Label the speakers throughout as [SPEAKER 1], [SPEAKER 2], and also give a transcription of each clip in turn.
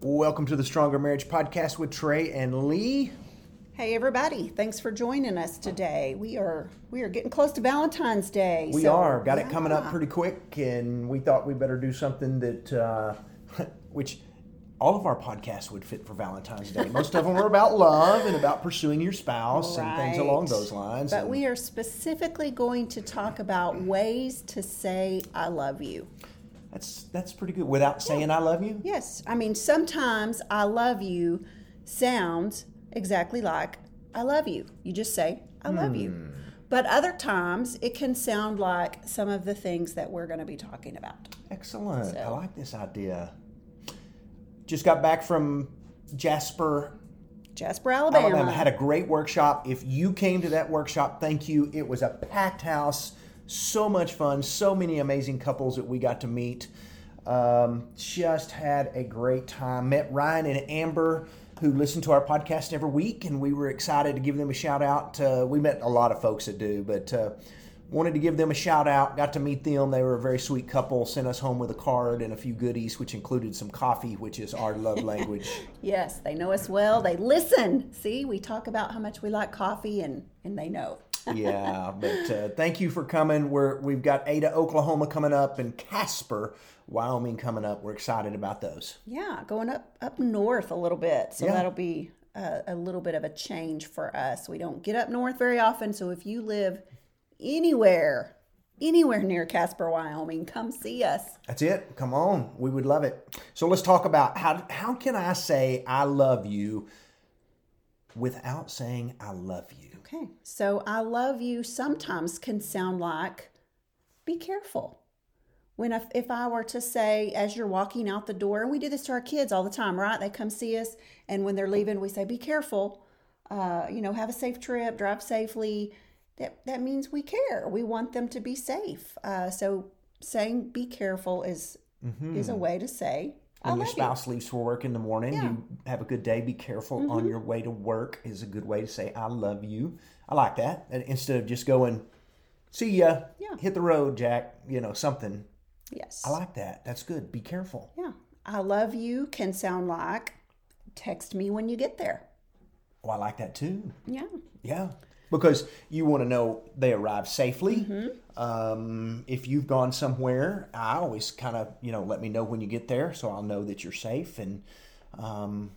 [SPEAKER 1] Welcome to the Stronger Marriage Podcast with Trey and Lee.
[SPEAKER 2] Hey everybody, thanks for joining us today. We are we are getting close to Valentine's Day.
[SPEAKER 1] We
[SPEAKER 2] so-
[SPEAKER 1] are got it coming up
[SPEAKER 2] Yeah.
[SPEAKER 1] pretty quick, and we thought we better do something that, uh, which all of our podcasts would fit for Valentine's Day. Most of them are about love and about pursuing your spouse and things along
[SPEAKER 2] Right.
[SPEAKER 1] those lines.
[SPEAKER 2] But
[SPEAKER 1] and-
[SPEAKER 2] we are specifically going to talk about ways to say I love you.
[SPEAKER 1] That's that's pretty good without saying I love you.
[SPEAKER 2] Yes, I mean sometimes I love you sounds exactly like I love you. You just say I love
[SPEAKER 1] Hmm.
[SPEAKER 2] you. But other times it can sound like some of the things that we're going to be talking about.
[SPEAKER 1] Excellent. I
[SPEAKER 2] So-
[SPEAKER 1] like this idea. Just got back from Jasper,
[SPEAKER 2] Jasper,
[SPEAKER 1] Alabama. Had a great workshop. If you came to that workshop, thank you. It was a packed house. So much fun. So many amazing couples that we got to meet. Um, just had a great time. Met Ryan and Amber, who listen to our podcast every week, and we were excited to give them a shout out. Uh, we met a lot of folks that do, but. Uh, Wanted to give them a shout out. Got to meet them. They were a very sweet couple. Sent us home with a card and a few goodies, which included some coffee, which is our love language.
[SPEAKER 2] Yes, they know us well. They listen. See, we talk about how much we like coffee and and they know.
[SPEAKER 1] yeah, but uh, thank you for coming. We're we've got Ada, Oklahoma coming up, and Casper, Wyoming coming up. We're excited about those.
[SPEAKER 2] Yeah, going up up north a little bit. So
[SPEAKER 1] Yeah.
[SPEAKER 2] that'll be a, a little bit of a change for us. We don't get up north very often, so if you live anywhere anywhere near Casper, Wyoming, come see us.
[SPEAKER 1] That's it. Come on, we would love it. So let's talk about how how can I say I love you without saying I love you?
[SPEAKER 2] Okay. So I love you sometimes can sound like be careful. When if, if I were to say as you're walking out the door, and we do this to our kids all the time, right? They come see us, and when they're leaving, we say, "Be careful. Uh, you know, have a safe trip. Drive safely." That that means we care. We want them to be safe. Uh, so saying "be careful" is is a way to say I
[SPEAKER 1] When Mm-hmm. your
[SPEAKER 2] love
[SPEAKER 1] spouse leaves for work in the morning, you have a good day. Be careful
[SPEAKER 2] Mm-hmm.
[SPEAKER 1] on your way to work is a good way to say I love you. I like that And instead of just going, see ya,
[SPEAKER 2] Yeah.
[SPEAKER 1] hit the road, Jack. You know something.
[SPEAKER 2] you. Yes.
[SPEAKER 1] I like that. That's good. Be careful.
[SPEAKER 2] yeah. I love you can sound like text me when you get there.
[SPEAKER 1] Oh, I like that too.
[SPEAKER 2] Yeah.
[SPEAKER 1] Yeah. Because you want to know they arrive safely.
[SPEAKER 2] Mm-hmm.
[SPEAKER 1] Um, if you've gone somewhere, I always kind of, you know, let me know when you get there so I'll know that you're safe. And um,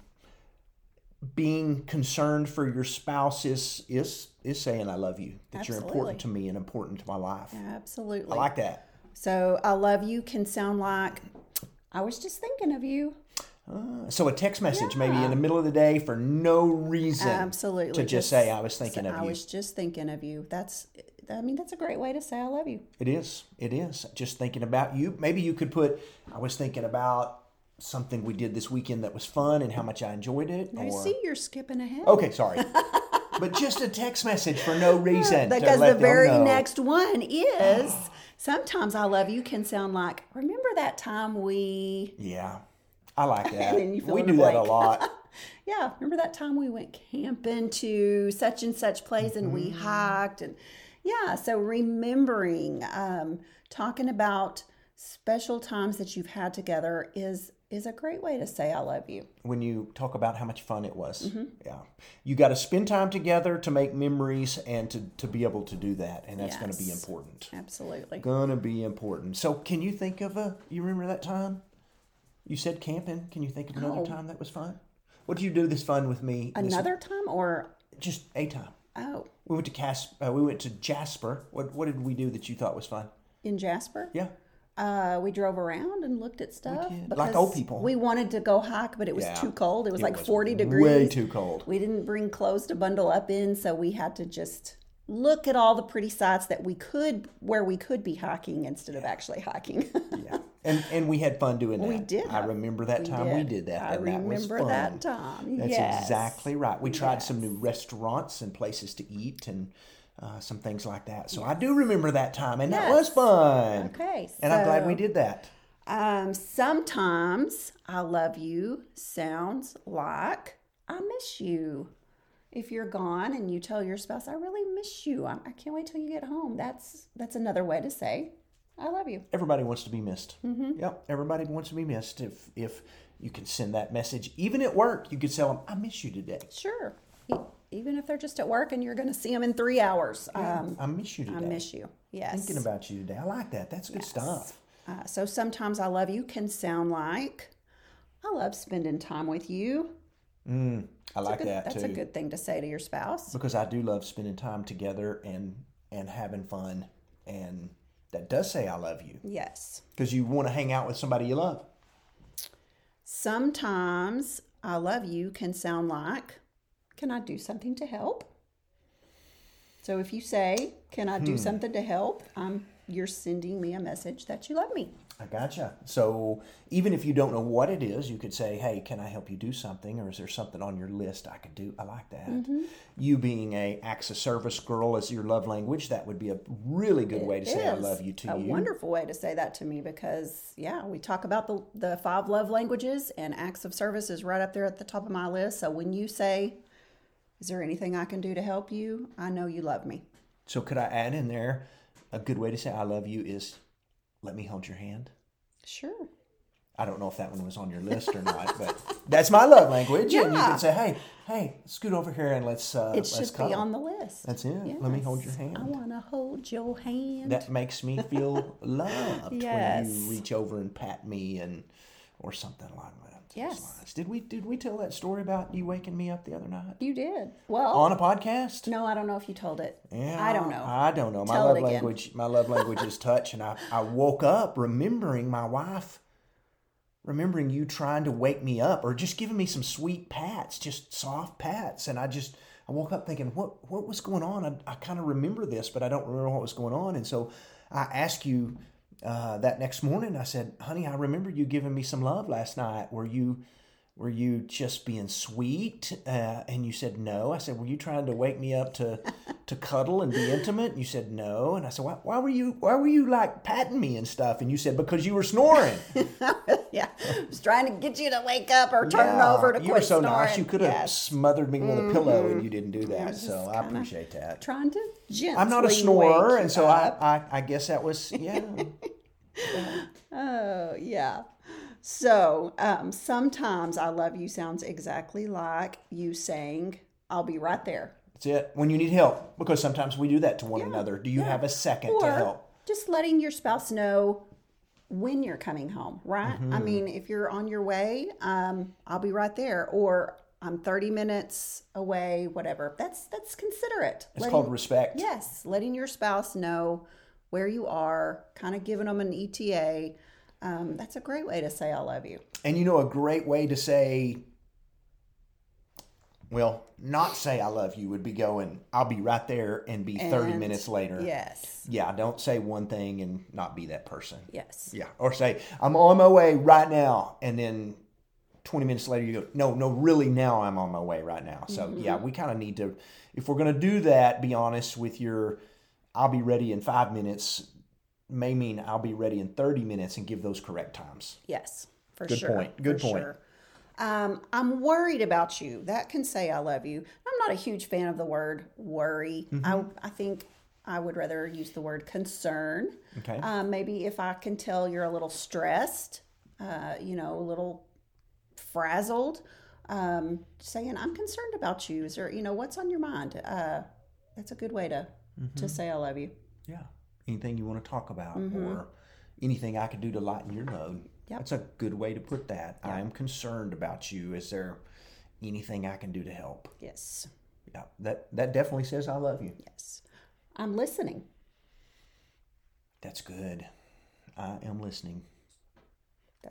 [SPEAKER 1] being concerned for your spouse is, is, is saying, I love you, that you're important to me and important to my life.
[SPEAKER 2] Absolutely.
[SPEAKER 1] I like that.
[SPEAKER 2] so I love you can sound like I was just thinking of you.
[SPEAKER 1] Uh, So a text message maybe in the middle of the day for no reason
[SPEAKER 2] Absolutely.
[SPEAKER 1] to just say I was thinking of
[SPEAKER 2] I
[SPEAKER 1] you.
[SPEAKER 2] was just thinking of you. That's I mean that's a great way to say I love you.
[SPEAKER 1] It is. It is. Just thinking about you. Maybe you could put, I was thinking about something we did this weekend that was fun and how much I enjoyed it.
[SPEAKER 2] I
[SPEAKER 1] or- Oh,
[SPEAKER 2] see you're skipping ahead.
[SPEAKER 1] Okay, sorry. but just a text message for no reason. to
[SPEAKER 2] because
[SPEAKER 1] let
[SPEAKER 2] the
[SPEAKER 1] them
[SPEAKER 2] very
[SPEAKER 1] know.
[SPEAKER 2] next one is sometimes I love you can sound like remember that time we
[SPEAKER 1] Yeah. I like that.
[SPEAKER 2] then you fill
[SPEAKER 1] we
[SPEAKER 2] in the
[SPEAKER 1] do that a
[SPEAKER 2] blank.
[SPEAKER 1] lot.
[SPEAKER 2] yeah, remember that time we went camping to such and such place and we
[SPEAKER 1] Mm-hmm.
[SPEAKER 2] hiked and yeah, so remembering um, talking about special times that you've had together is is a great way to say I love you.
[SPEAKER 1] when you talk about how much fun it was.
[SPEAKER 2] Mm-hmm.
[SPEAKER 1] Yeah. You got to spend time together to make memories and to, to be able to do that. And that's going to be
[SPEAKER 2] Yes.
[SPEAKER 1] important.
[SPEAKER 2] Absolutely.
[SPEAKER 1] Going to be important. So, can you think of a, you remember that time? You said camping. Can you think of another time that was fun? What did you do this fun with me? this-
[SPEAKER 2] Another time or
[SPEAKER 1] just a time.
[SPEAKER 2] oh,
[SPEAKER 1] We went to Cas- uh, we went to Jasper. What, what did we do that you thought was fun?
[SPEAKER 2] in Jasper?
[SPEAKER 1] Yeah.
[SPEAKER 2] Uh, we drove around and looked at stuff.
[SPEAKER 1] did. Like old people.
[SPEAKER 2] We wanted to go hike, but it was
[SPEAKER 1] Yeah.
[SPEAKER 2] too cold. It was like
[SPEAKER 1] was
[SPEAKER 2] 40
[SPEAKER 1] way
[SPEAKER 2] degrees.
[SPEAKER 1] too cold.
[SPEAKER 2] We didn't bring clothes to bundle up in, so we had to just look at all the pretty sights that we could, where we could be hiking instead of actually hiking.
[SPEAKER 1] Yeah. And and we had fun doing that.
[SPEAKER 2] We did
[SPEAKER 1] I
[SPEAKER 2] have-
[SPEAKER 1] remember that time we did that.
[SPEAKER 2] I
[SPEAKER 1] and that
[SPEAKER 2] remember
[SPEAKER 1] was fun.
[SPEAKER 2] that time.
[SPEAKER 1] That's
[SPEAKER 2] yes.
[SPEAKER 1] exactly right. We tried some new restaurants and places to eat and uh, some things like that. So I do remember that time, and that
[SPEAKER 2] Yes.
[SPEAKER 1] was fun.
[SPEAKER 2] Okay,
[SPEAKER 1] And I'm glad we
[SPEAKER 2] so-
[SPEAKER 1] did that.
[SPEAKER 2] Um, sometimes I love you sounds like I miss you. If you're gone and you tell your spouse, I really miss you. I, I can't wait till you get home. That's that's another way to say I love you.
[SPEAKER 1] everybody wants to be missed. Mm-hmm. Yep, everybody wants to be missed. If if you can send that message, even at work, you could tell them, "I miss you today.
[SPEAKER 2] Sure. E- Even if they're just at work and you're going to see them in three hours, um,
[SPEAKER 1] I miss you today.
[SPEAKER 2] I miss you. Yes.
[SPEAKER 1] Thinking about you today. I like that. That's good stuff.
[SPEAKER 2] Uh, so sometimes I love you can sound like I love spending time with you.
[SPEAKER 1] I like
[SPEAKER 2] Good-
[SPEAKER 1] that
[SPEAKER 2] that's
[SPEAKER 1] too.
[SPEAKER 2] a good thing to say to your spouse.
[SPEAKER 1] because I do love spending time together and and having fun, and that does say I love you
[SPEAKER 2] Yes.
[SPEAKER 1] because you want to hang out with somebody you love.
[SPEAKER 2] Sometimes I love you can sound like, can I do something to help? So if you say, can I do
[SPEAKER 1] Hmm.
[SPEAKER 2] something to help? Um, you're sending me a message that you love me.
[SPEAKER 1] I gotcha. So even if you don't know what it is, you could say, "Hey, can I help you do something?" Or is there something on your list I could do? I like that.
[SPEAKER 2] Mm-hmm.
[SPEAKER 1] You being a acts of service girl as your love language, that would be a really good way to say "I
[SPEAKER 2] Is
[SPEAKER 1] love you" to
[SPEAKER 2] a
[SPEAKER 1] you.
[SPEAKER 2] wonderful way to say that to me because, yeah, we talk about the, the five love languages and acts of service is right up there at the top of my list. So when you say, is there anything I can do to help you? I know you love me.
[SPEAKER 1] So could I add in there a good way to say "I love you" is "Let me hold your hand."
[SPEAKER 2] Sure.
[SPEAKER 1] I don't know if that one was on your list or not, but that's my love language. And you
[SPEAKER 2] Yeah.
[SPEAKER 1] can say, "Hey, hey, scoot over here and let's uh,
[SPEAKER 2] It
[SPEAKER 1] let's
[SPEAKER 2] should be
[SPEAKER 1] cuddle."
[SPEAKER 2] on the list.
[SPEAKER 1] That's it. Let me hold your
[SPEAKER 2] Yes,
[SPEAKER 1] hand.
[SPEAKER 2] I want to hold your hand.
[SPEAKER 1] that makes me feel loved
[SPEAKER 2] Yes.
[SPEAKER 1] when you reach over and pat me and or something along that.
[SPEAKER 2] Yes.
[SPEAKER 1] Lines. Did we did we tell that story about you waking me up the other night
[SPEAKER 2] you did. Well,
[SPEAKER 1] on a podcast?
[SPEAKER 2] no, I don't know if you told it.
[SPEAKER 1] Yeah,
[SPEAKER 2] I don't know.
[SPEAKER 1] I don't know. My
[SPEAKER 2] Tell it
[SPEAKER 1] love
[SPEAKER 2] again.
[SPEAKER 1] language my love language is touch and I, I woke up remembering my wife remembering you trying to wake me up or just giving me some sweet pats, just soft pats and I just I woke up thinking what what was going on? I, I kind of remember this but I don't remember what was going on and so I asked you uh, that next morning I said, "Honey, I remember you giving me some love last night. Were you were you just being sweet uh, and you said no i said were you trying to wake me up to to cuddle and be intimate and you said no and i said why, why were you why were you like patting me and stuff and you said because you were snoring
[SPEAKER 2] yeah, I was trying to get you to wake up or turn
[SPEAKER 1] Yeah,
[SPEAKER 2] over to
[SPEAKER 1] you
[SPEAKER 2] quit
[SPEAKER 1] were so
[SPEAKER 2] snoring.
[SPEAKER 1] nice you could have
[SPEAKER 2] Yes. Mm-hmm.
[SPEAKER 1] smothered me with a pillow and you didn't do that
[SPEAKER 2] was
[SPEAKER 1] so
[SPEAKER 2] just
[SPEAKER 1] i appreciate that
[SPEAKER 2] Trying to gently.
[SPEAKER 1] i'm not a
[SPEAKER 2] wake
[SPEAKER 1] snorer
[SPEAKER 2] you
[SPEAKER 1] and so
[SPEAKER 2] up.
[SPEAKER 1] I, I i guess that was yeah
[SPEAKER 2] Oh, yeah. So um, sometimes I love you sounds exactly like you saying, I'll be right there.
[SPEAKER 1] that's it when you need help because sometimes we do that to one another do you have a second to help
[SPEAKER 2] just letting your spouse know when you're coming home, right? I mean, if you're on your way, um, I'll be right there, or I'm 30 minutes away, whatever. That's that's considerate.
[SPEAKER 1] it's called respect
[SPEAKER 2] yes, letting your spouse know where you are, kind of giving them an ETA. Um, that's a great way to say I love you.
[SPEAKER 1] And you know, a great way to say, well, not say I love you would be going, I'll be right there and be 30
[SPEAKER 2] And-
[SPEAKER 1] minutes later.
[SPEAKER 2] Yes,
[SPEAKER 1] Yeah, don't say one thing and not be that person.
[SPEAKER 2] yes,
[SPEAKER 1] Yeah. Or say, I'm on my way right now. And then 20 minutes later, you go, no, no, really now I'm on my way right now. So, yeah, we kind of need to, if we're going to do that, be honest with your, I'll be ready in five minutes, may mean I'll be ready in 30 minutes and give those correct times.
[SPEAKER 2] yes, for
[SPEAKER 1] Good
[SPEAKER 2] sure.
[SPEAKER 1] point, good
[SPEAKER 2] for
[SPEAKER 1] point.
[SPEAKER 2] Sure. Um, I'm worried about you. That can say I love you. I'm not a huge fan of the word worry.
[SPEAKER 1] Mm-hmm.
[SPEAKER 2] I, I think I would rather use the word concern.
[SPEAKER 1] Okay.
[SPEAKER 2] Um, maybe if I can tell you're a little stressed, uh, you know, a little frazzled, um, saying I'm concerned about you. Is there, you know, what's on your mind? Uh, that's a good way to
[SPEAKER 1] Mm-hmm.
[SPEAKER 2] to say I love you.
[SPEAKER 1] Yeah. Anything you want to talk about or anything I could do to lighten your load.
[SPEAKER 2] Yep.
[SPEAKER 1] That's a good way to put that. I'm concerned about you. Is there anything I can do to help?
[SPEAKER 2] Yes,
[SPEAKER 1] Yeah. That that definitely says I love you.
[SPEAKER 2] yes. I'm listening.
[SPEAKER 1] That's good. I am listening.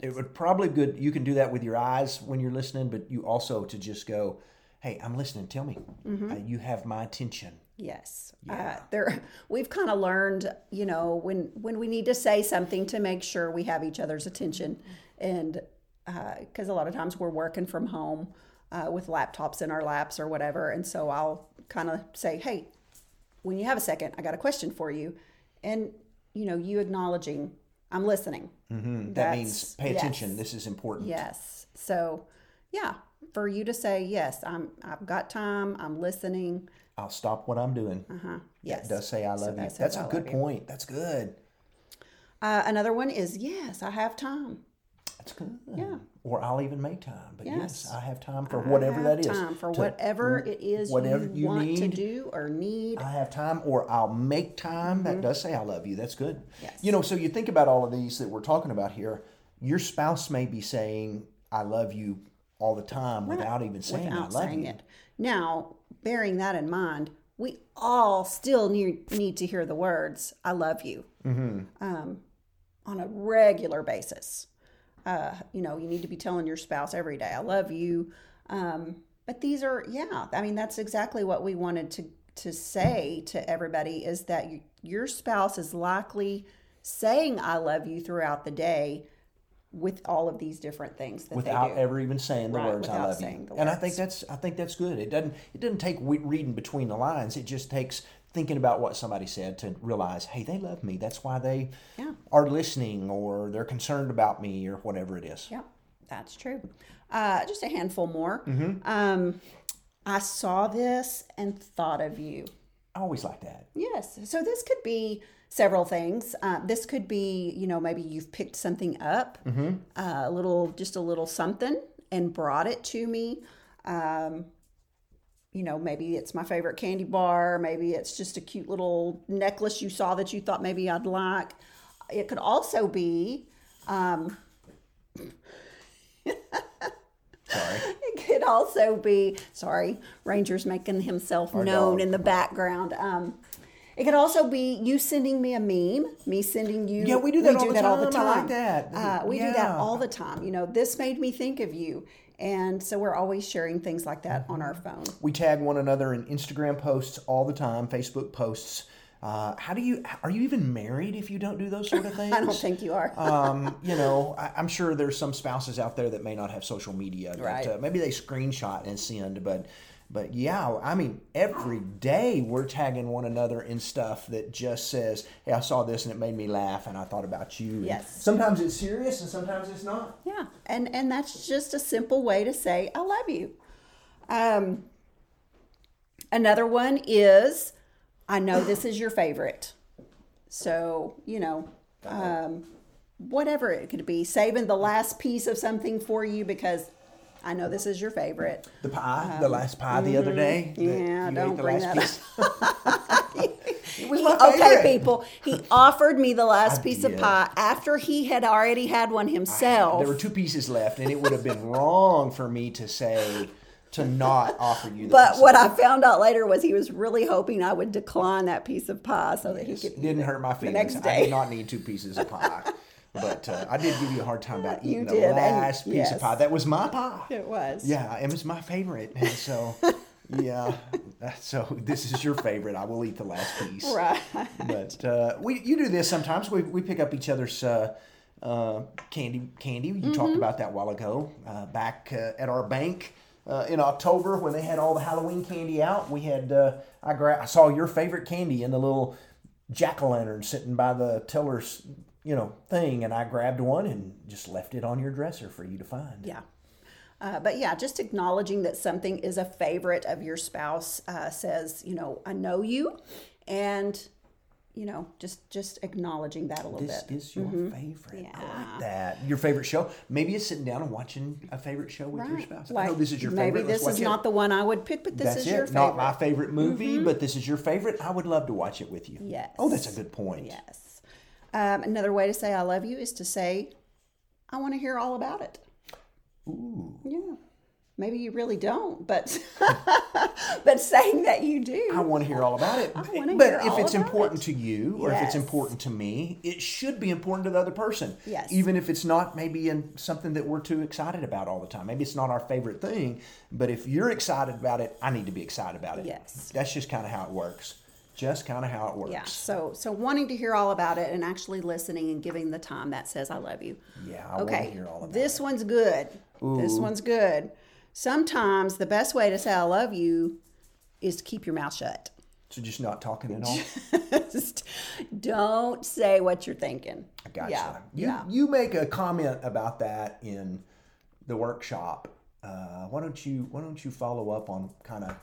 [SPEAKER 1] it would probably good you can do that with your eyes when you're listening, but you also to just go, "Hey, I'm listening. Tell me.
[SPEAKER 2] Mm-hmm.
[SPEAKER 1] Uh, you have my attention."
[SPEAKER 2] Yes. Uh, there we've kind of learned, you know, when when we need to say something to make sure we have each other's attention and because a lot of times we're working from home uh, with laptops in our laps or whatever. And so I'll kind of say, hey, when you have a second, I got a question for you. And, you know, you acknowledging, I'm listening.
[SPEAKER 1] Mm, That
[SPEAKER 2] That's-
[SPEAKER 1] means pay
[SPEAKER 2] yes.
[SPEAKER 1] attention. This is important.
[SPEAKER 2] Yes. So, yeah, for you to say, yes, I'm, I've got time, I'm listening.
[SPEAKER 1] I'll stop what I'm doing.
[SPEAKER 2] Uh-huh. Yes.
[SPEAKER 1] It does say I love you.
[SPEAKER 2] that says
[SPEAKER 1] That's
[SPEAKER 2] I
[SPEAKER 1] a
[SPEAKER 2] love
[SPEAKER 1] good
[SPEAKER 2] you.
[SPEAKER 1] point. That's good.
[SPEAKER 2] Uh, another one is yes, I have time.
[SPEAKER 1] That's good.
[SPEAKER 2] Yeah.
[SPEAKER 1] Or I'll even make time. But yes,
[SPEAKER 2] Yes.
[SPEAKER 1] I have time for
[SPEAKER 2] I
[SPEAKER 1] whatever
[SPEAKER 2] have
[SPEAKER 1] that is.
[SPEAKER 2] Time for
[SPEAKER 1] To-
[SPEAKER 2] whatever it is
[SPEAKER 1] whatever
[SPEAKER 2] you,
[SPEAKER 1] you
[SPEAKER 2] want to
[SPEAKER 1] need.
[SPEAKER 2] do or need.
[SPEAKER 1] I have time or I'll make time. That does say I love you. That's good.
[SPEAKER 2] Mm-hmm. Yes.
[SPEAKER 1] You know, so you think about all of these that we're talking about here. Your spouse may be saying, I love you all the time without even saying
[SPEAKER 2] without
[SPEAKER 1] I love
[SPEAKER 2] saying
[SPEAKER 1] you.
[SPEAKER 2] it. Now, bearing that in mind, we all still need, need to hear the words "I love you"
[SPEAKER 1] Mm-hmm.
[SPEAKER 2] um, on a regular basis. Uh, you know, you need to be telling your spouse every day "I love you." Um, but these are, yeah, I mean, that's exactly what we wanted to to say to everybody is that you, your spouse is likely saying "I love you" throughout the day with all of these different things that they do.
[SPEAKER 1] Without ever even saying the
[SPEAKER 2] Right,
[SPEAKER 1] words I
[SPEAKER 2] without
[SPEAKER 1] love you.
[SPEAKER 2] saying the
[SPEAKER 1] And I
[SPEAKER 2] words.
[SPEAKER 1] think that's I think that's good. It doesn't it doesn't take we- reading between the lines. It just takes thinking about what somebody said to realize, hey, they love me. That's why they
[SPEAKER 2] Yeah.
[SPEAKER 1] are listening or they're concerned about me or whatever it is.
[SPEAKER 2] Yep, that's true. Uh, just a handful more. Um, I saw this and thought of you.
[SPEAKER 1] I always like that.
[SPEAKER 2] Yes. So this could be several things. Uh, this could be, you know, maybe you've picked something up, uh, a little, just a little something, and brought it to me. Um, you know, maybe it's my favorite candy bar. Maybe it's just a cute little necklace you saw that you thought maybe I'd like. It could also be
[SPEAKER 1] Sorry.
[SPEAKER 2] It could also be sorry, Ranger's making himself known
[SPEAKER 1] dog.
[SPEAKER 2] in the background. Um, it could also be you sending me a meme, me sending you.
[SPEAKER 1] Yeah, we do that all the time. I like that.
[SPEAKER 2] Uh, we do that
[SPEAKER 1] Yeah.
[SPEAKER 2] all the time. You know, this made me think of you, and so we're always sharing things like that on our phone.
[SPEAKER 1] We tag one another in Instagram posts all the time, Facebook posts. Uh, how do you? Are you even married if you don't do those sort of things?
[SPEAKER 2] I don't think you are.
[SPEAKER 1] um, you know, I, I'm sure there's some spouses out there that may not have social media. That,
[SPEAKER 2] Right.
[SPEAKER 1] Uh, maybe they screenshot and send, but but yeah, I mean, every day we're tagging one another in stuff that just says, "Hey, I saw this and it made me laugh, and I thought about you." And
[SPEAKER 2] Yes.
[SPEAKER 1] sometimes it's serious, and sometimes it's not.
[SPEAKER 2] Yeah, and and that's just a simple way to say I love you. Um, another one is I know this is your favorite, so you know, um, whatever it could be, saving the last piece of something for you because I know this is your favorite.
[SPEAKER 1] The pie, the last pie the other day. that
[SPEAKER 2] Um, mm-hmm. yeah,
[SPEAKER 1] you
[SPEAKER 2] don't
[SPEAKER 1] ate the
[SPEAKER 2] bring
[SPEAKER 1] last
[SPEAKER 2] that
[SPEAKER 1] piece. it was my
[SPEAKER 2] Okay,
[SPEAKER 1] favorite.
[SPEAKER 2] people. He offered me the last
[SPEAKER 1] I
[SPEAKER 2] piece of
[SPEAKER 1] did.
[SPEAKER 2] pie after he had already had one himself.
[SPEAKER 1] There were two pieces left, and it would have been wrong for me to say to not offer you. The
[SPEAKER 2] But
[SPEAKER 1] piece.
[SPEAKER 2] what I found out later was he was really hoping I would decline that piece of pie so that he
[SPEAKER 1] Yes,
[SPEAKER 2] could.
[SPEAKER 1] it didn't hurt my feelings.
[SPEAKER 2] next
[SPEAKER 1] I
[SPEAKER 2] day.
[SPEAKER 1] did not need two pieces of pie, but uh, I did give you a hard time about eating
[SPEAKER 2] did,
[SPEAKER 1] the
[SPEAKER 2] and-
[SPEAKER 1] last piece
[SPEAKER 2] yes.
[SPEAKER 1] of pie. That was my pie.
[SPEAKER 2] It was.
[SPEAKER 1] Yeah, it was my favorite, and so yeah, so this is your favorite. I will eat the last piece
[SPEAKER 2] Right.
[SPEAKER 1] but uh, we you do this sometimes. We, we pick up each other's uh, uh, candy. Candy. You talked
[SPEAKER 2] Mm-hmm.
[SPEAKER 1] about that a while ago. Uh, back uh, at our bank uh, in October when they had all the Halloween candy out, we had uh, I gra- I saw your favorite candy in the little jack o' lantern sitting by the teller's you know thing, and I grabbed one and just left it on your dresser for you to find.
[SPEAKER 2] Yeah. Uh, but yeah, just acknowledging that something is a favorite of your spouse uh, says, you know, I know you, and you know, just just acknowledging that a little
[SPEAKER 1] This
[SPEAKER 2] bit.
[SPEAKER 1] is your favorite. I
[SPEAKER 2] Mm-hmm. Yeah.
[SPEAKER 1] like that. Your favorite show. Maybe it's sitting down and watching a favorite show with your
[SPEAKER 2] Right.
[SPEAKER 1] spouse.
[SPEAKER 2] Like,
[SPEAKER 1] I know this is your
[SPEAKER 2] maybe
[SPEAKER 1] favorite. Let's
[SPEAKER 2] this is
[SPEAKER 1] watch it.
[SPEAKER 2] not the one I would pick, but this
[SPEAKER 1] that's
[SPEAKER 2] is
[SPEAKER 1] it.
[SPEAKER 2] your favorite.
[SPEAKER 1] Not
[SPEAKER 2] Mm-hmm.
[SPEAKER 1] my favorite movie, but this is your favorite. I would love to watch it with you.
[SPEAKER 2] Yes.
[SPEAKER 1] Oh, that's a good point.
[SPEAKER 2] Yes. Um, another way to say I love you is to say, I want to hear all about it. Ooh. Yeah. Maybe you really don't, but but saying that you do.
[SPEAKER 1] I want to hear all about it.
[SPEAKER 2] wanna
[SPEAKER 1] but
[SPEAKER 2] hear
[SPEAKER 1] if
[SPEAKER 2] all
[SPEAKER 1] it's
[SPEAKER 2] about
[SPEAKER 1] important to you or if
[SPEAKER 2] Yes.
[SPEAKER 1] it's important to me, it should be important to the other person.
[SPEAKER 2] Yes.
[SPEAKER 1] Even if it's not maybe in something that we're too excited about all the time. Maybe it's not our favorite thing, but if you're excited about it, I need to be excited about it.
[SPEAKER 2] Yes.
[SPEAKER 1] That's just kind of how it works. Just kind of how it works.
[SPEAKER 2] yeah. So so wanting to hear all about it and actually listening and giving the time that says I love you.
[SPEAKER 1] Yeah, I want to
[SPEAKER 2] okay.
[SPEAKER 1] hear all about it.
[SPEAKER 2] This one's good. This one's good. Sometimes the best way to say I love you is to keep your mouth shut.
[SPEAKER 1] So just not talking at all.
[SPEAKER 2] Just don't say what you're thinking.
[SPEAKER 1] I gotcha.
[SPEAKER 2] Yeah.
[SPEAKER 1] You,
[SPEAKER 2] yeah.
[SPEAKER 1] you make a comment about that in the workshop. Uh, why don't you Why don't you follow up on kind of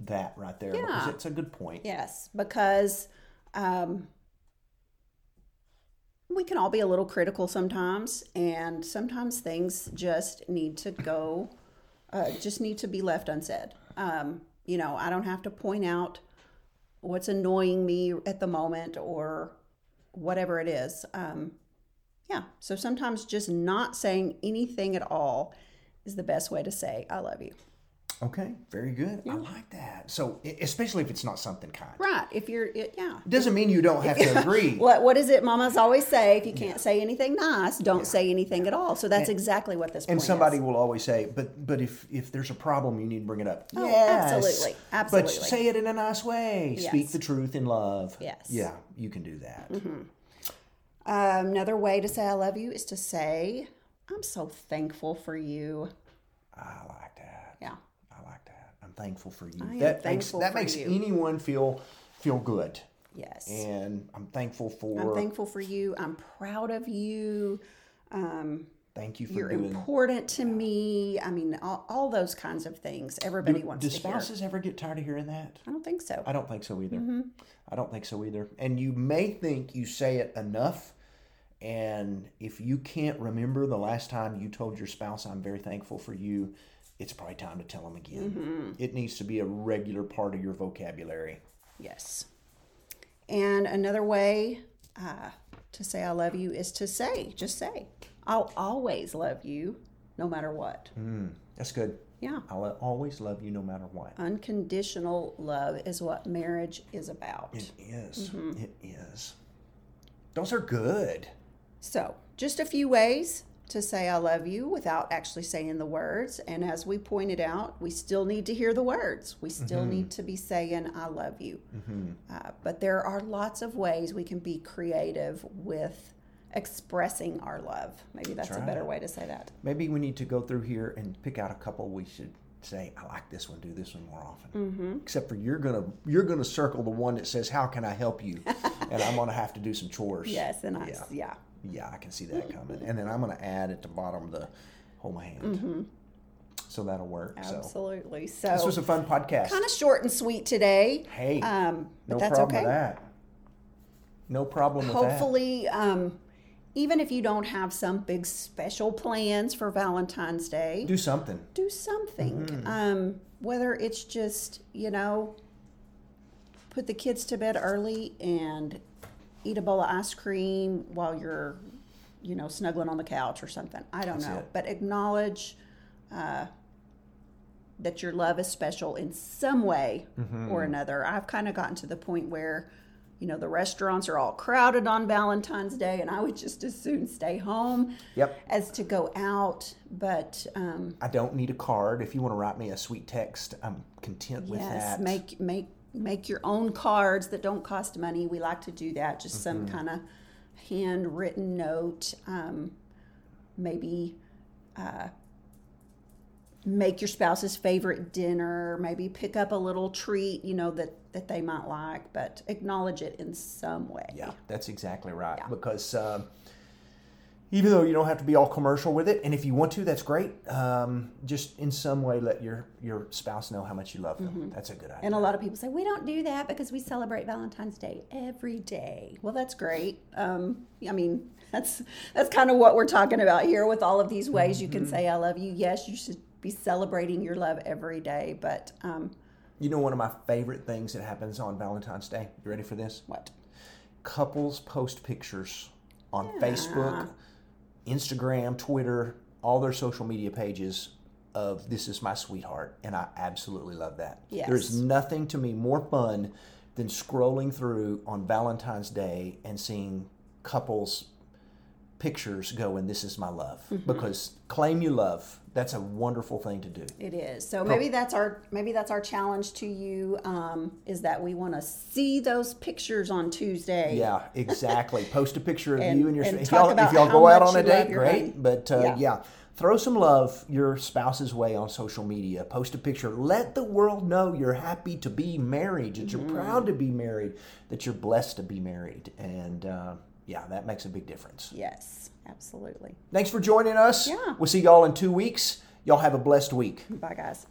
[SPEAKER 1] that right there? Because
[SPEAKER 2] Yeah.
[SPEAKER 1] it's a good point.
[SPEAKER 2] Yes, because um, we can all be a little critical sometimes, and sometimes things just need to go, uh, just need to be left unsaid. Um, you know, I don't have to point out what's annoying me at the moment or whatever it is. Um, yeah, so sometimes just not saying anything at all is the best way to say, I love you.
[SPEAKER 1] Okay, very good. I like that. So, e- especially if it's not something kind.
[SPEAKER 2] Right. If you're, it, yeah.
[SPEAKER 1] Doesn't mean you don't have to agree.
[SPEAKER 2] What, what is it mamas always say? If you can't say anything nice, don't say anything at all. So that's exactly what this
[SPEAKER 1] And
[SPEAKER 2] point
[SPEAKER 1] somebody
[SPEAKER 2] is.
[SPEAKER 1] will always say, "But but if if there's a problem, you need to bring it up."
[SPEAKER 2] Oh, absolutely,
[SPEAKER 1] But
[SPEAKER 2] absolutely.
[SPEAKER 1] say it in a nice way. Speak
[SPEAKER 2] Yes.
[SPEAKER 1] the truth in love.
[SPEAKER 2] Yes.
[SPEAKER 1] Yeah, you can do that.
[SPEAKER 2] Um, another way to say I love you is to say, I'm so thankful for you.
[SPEAKER 1] I like that.
[SPEAKER 2] Yeah.
[SPEAKER 1] I like that. I'm thankful for you.
[SPEAKER 2] am
[SPEAKER 1] that makes
[SPEAKER 2] thankful
[SPEAKER 1] that
[SPEAKER 2] for
[SPEAKER 1] makes
[SPEAKER 2] you.
[SPEAKER 1] anyone feel feel good.
[SPEAKER 2] Yes.
[SPEAKER 1] And I'm thankful for
[SPEAKER 2] I'm thankful for you. I'm proud of you.
[SPEAKER 1] thank you for
[SPEAKER 2] You're
[SPEAKER 1] doing.
[SPEAKER 2] important to me. I mean, all, all those kinds of things everybody wants
[SPEAKER 1] Do
[SPEAKER 2] to hear.
[SPEAKER 1] spouses ever get tired of hearing that?
[SPEAKER 2] I don't think so.
[SPEAKER 1] I don't think so either.
[SPEAKER 2] Mm-hmm.
[SPEAKER 1] I don't think so either. And you may think you say it enough. And if you can't remember the last time you told your spouse, I'm very thankful for you, it's probably time to tell them again.
[SPEAKER 2] Mm-hmm.
[SPEAKER 1] It needs to be a regular part of your vocabulary.
[SPEAKER 2] Yes. And another way uh, to say I love you is to say, just say, I'll always love you no matter what.
[SPEAKER 1] That's good.
[SPEAKER 2] Yeah.
[SPEAKER 1] I'll always love you no matter what.
[SPEAKER 2] Unconditional love is what marriage is about.
[SPEAKER 1] It is.
[SPEAKER 2] Mm-hmm.
[SPEAKER 1] It is. Those are good.
[SPEAKER 2] So, just a few ways to say I love you without actually saying the words. And as we pointed out, we still need to hear the words. We still
[SPEAKER 1] Mm-hmm.
[SPEAKER 2] need to be saying I love you. Uh, but there are lots of ways we can be creative with expressing our love. Maybe that's a better way to say that.
[SPEAKER 1] Maybe we need to go through here and pick out a couple we should say, I like this one, do this one more often. Mm-hmm. Except for you're gonna you're gonna circle the one that says, How can I help you? and I'm gonna have to do some chores.
[SPEAKER 2] Yes, and I,
[SPEAKER 1] Yeah.
[SPEAKER 2] yeah.
[SPEAKER 1] Yeah, I can see that coming. And then I'm gonna add at the bottom the hold my hand. So that'll work. So
[SPEAKER 2] Mm-hmm. absolutely.
[SPEAKER 1] this
[SPEAKER 2] So,
[SPEAKER 1] was a fun podcast.
[SPEAKER 2] kind of short and sweet today.
[SPEAKER 1] hey,
[SPEAKER 2] Um, but
[SPEAKER 1] no
[SPEAKER 2] that's
[SPEAKER 1] problem
[SPEAKER 2] okay.
[SPEAKER 1] with that. No problem with that.
[SPEAKER 2] hopefully um, even if you don't have some big special plans for valentine's day do,
[SPEAKER 1] Do something.
[SPEAKER 2] something
[SPEAKER 1] Mm-hmm.
[SPEAKER 2] um, whether it's just you know put the kids to bed early and eat a bowl of ice cream while you're you know snuggling on the couch or something i don't know
[SPEAKER 1] it.
[SPEAKER 2] but acknowledge uh, that your love is special in some way
[SPEAKER 1] Mm-hmm.
[SPEAKER 2] or another i've kind of gotten to the point where you know the restaurants are all crowded on valentine's day and i would just as soon stay home
[SPEAKER 1] Yep.
[SPEAKER 2] as to go out but um,
[SPEAKER 1] I don't need a card. If you want to write me a sweet text, I'm content with
[SPEAKER 2] Yes,
[SPEAKER 1] that.
[SPEAKER 2] make make make your own cards that don't cost money. We like to do that. Just some
[SPEAKER 1] Mm-hmm.
[SPEAKER 2] kind of handwritten note. Um, maybe uh, make your spouse's favorite dinner. Maybe pick up a little treat. You know that that they might like, but acknowledge it in some way.
[SPEAKER 1] Yeah, that's exactly right. Because um, even though you don't have to be all commercial with it, and if you want to, that's great. Um, just in some way, let your your spouse know how much you love them. That's a good idea.
[SPEAKER 2] Mm-hmm. And a lot of people say we don't do that because we celebrate Valentine's Day every day. Well, that's great. Um, I mean, that's that's kind of what we're talking about here with all of these ways you can say I love you. Yes, you should be celebrating your love every day, but um,
[SPEAKER 1] you know, one of my favorite things that happens on Valentine's Day. You ready for this?
[SPEAKER 2] what?
[SPEAKER 1] Couples post pictures on Facebook, Instagram, Twitter, all their social media pages of "This is my sweetheart," and I absolutely love that.
[SPEAKER 2] Yes.
[SPEAKER 1] There's nothing to me more fun than scrolling through on Valentine's Day and seeing couples pictures going this is my love
[SPEAKER 2] Mm-hmm.
[SPEAKER 1] because claim you love that's a wonderful thing to do
[SPEAKER 2] It is. So maybe that's our maybe that's our challenge to you um, is that we want to see those pictures on Tuesday.
[SPEAKER 1] yeah exactly post a picture of
[SPEAKER 2] And-
[SPEAKER 1] you and your
[SPEAKER 2] and
[SPEAKER 1] if
[SPEAKER 2] talk
[SPEAKER 1] y'all, if
[SPEAKER 2] about
[SPEAKER 1] y'all
[SPEAKER 2] how
[SPEAKER 1] go out
[SPEAKER 2] much
[SPEAKER 1] on a
[SPEAKER 2] you love
[SPEAKER 1] date
[SPEAKER 2] your
[SPEAKER 1] great
[SPEAKER 2] honey.
[SPEAKER 1] but uh,
[SPEAKER 2] Yeah.
[SPEAKER 1] yeah. throw some love your spouse's way on social media post a picture let the world know you're happy to be married that you're
[SPEAKER 2] Mm-hmm.
[SPEAKER 1] proud to be married that you're blessed to be married and uh, yeah that makes a big difference
[SPEAKER 2] Yes, absolutely.
[SPEAKER 1] Thanks for joining us.
[SPEAKER 2] Yeah.
[SPEAKER 1] We'll see y'all in two weeks. Y'all have a blessed week.
[SPEAKER 2] Bye, guys.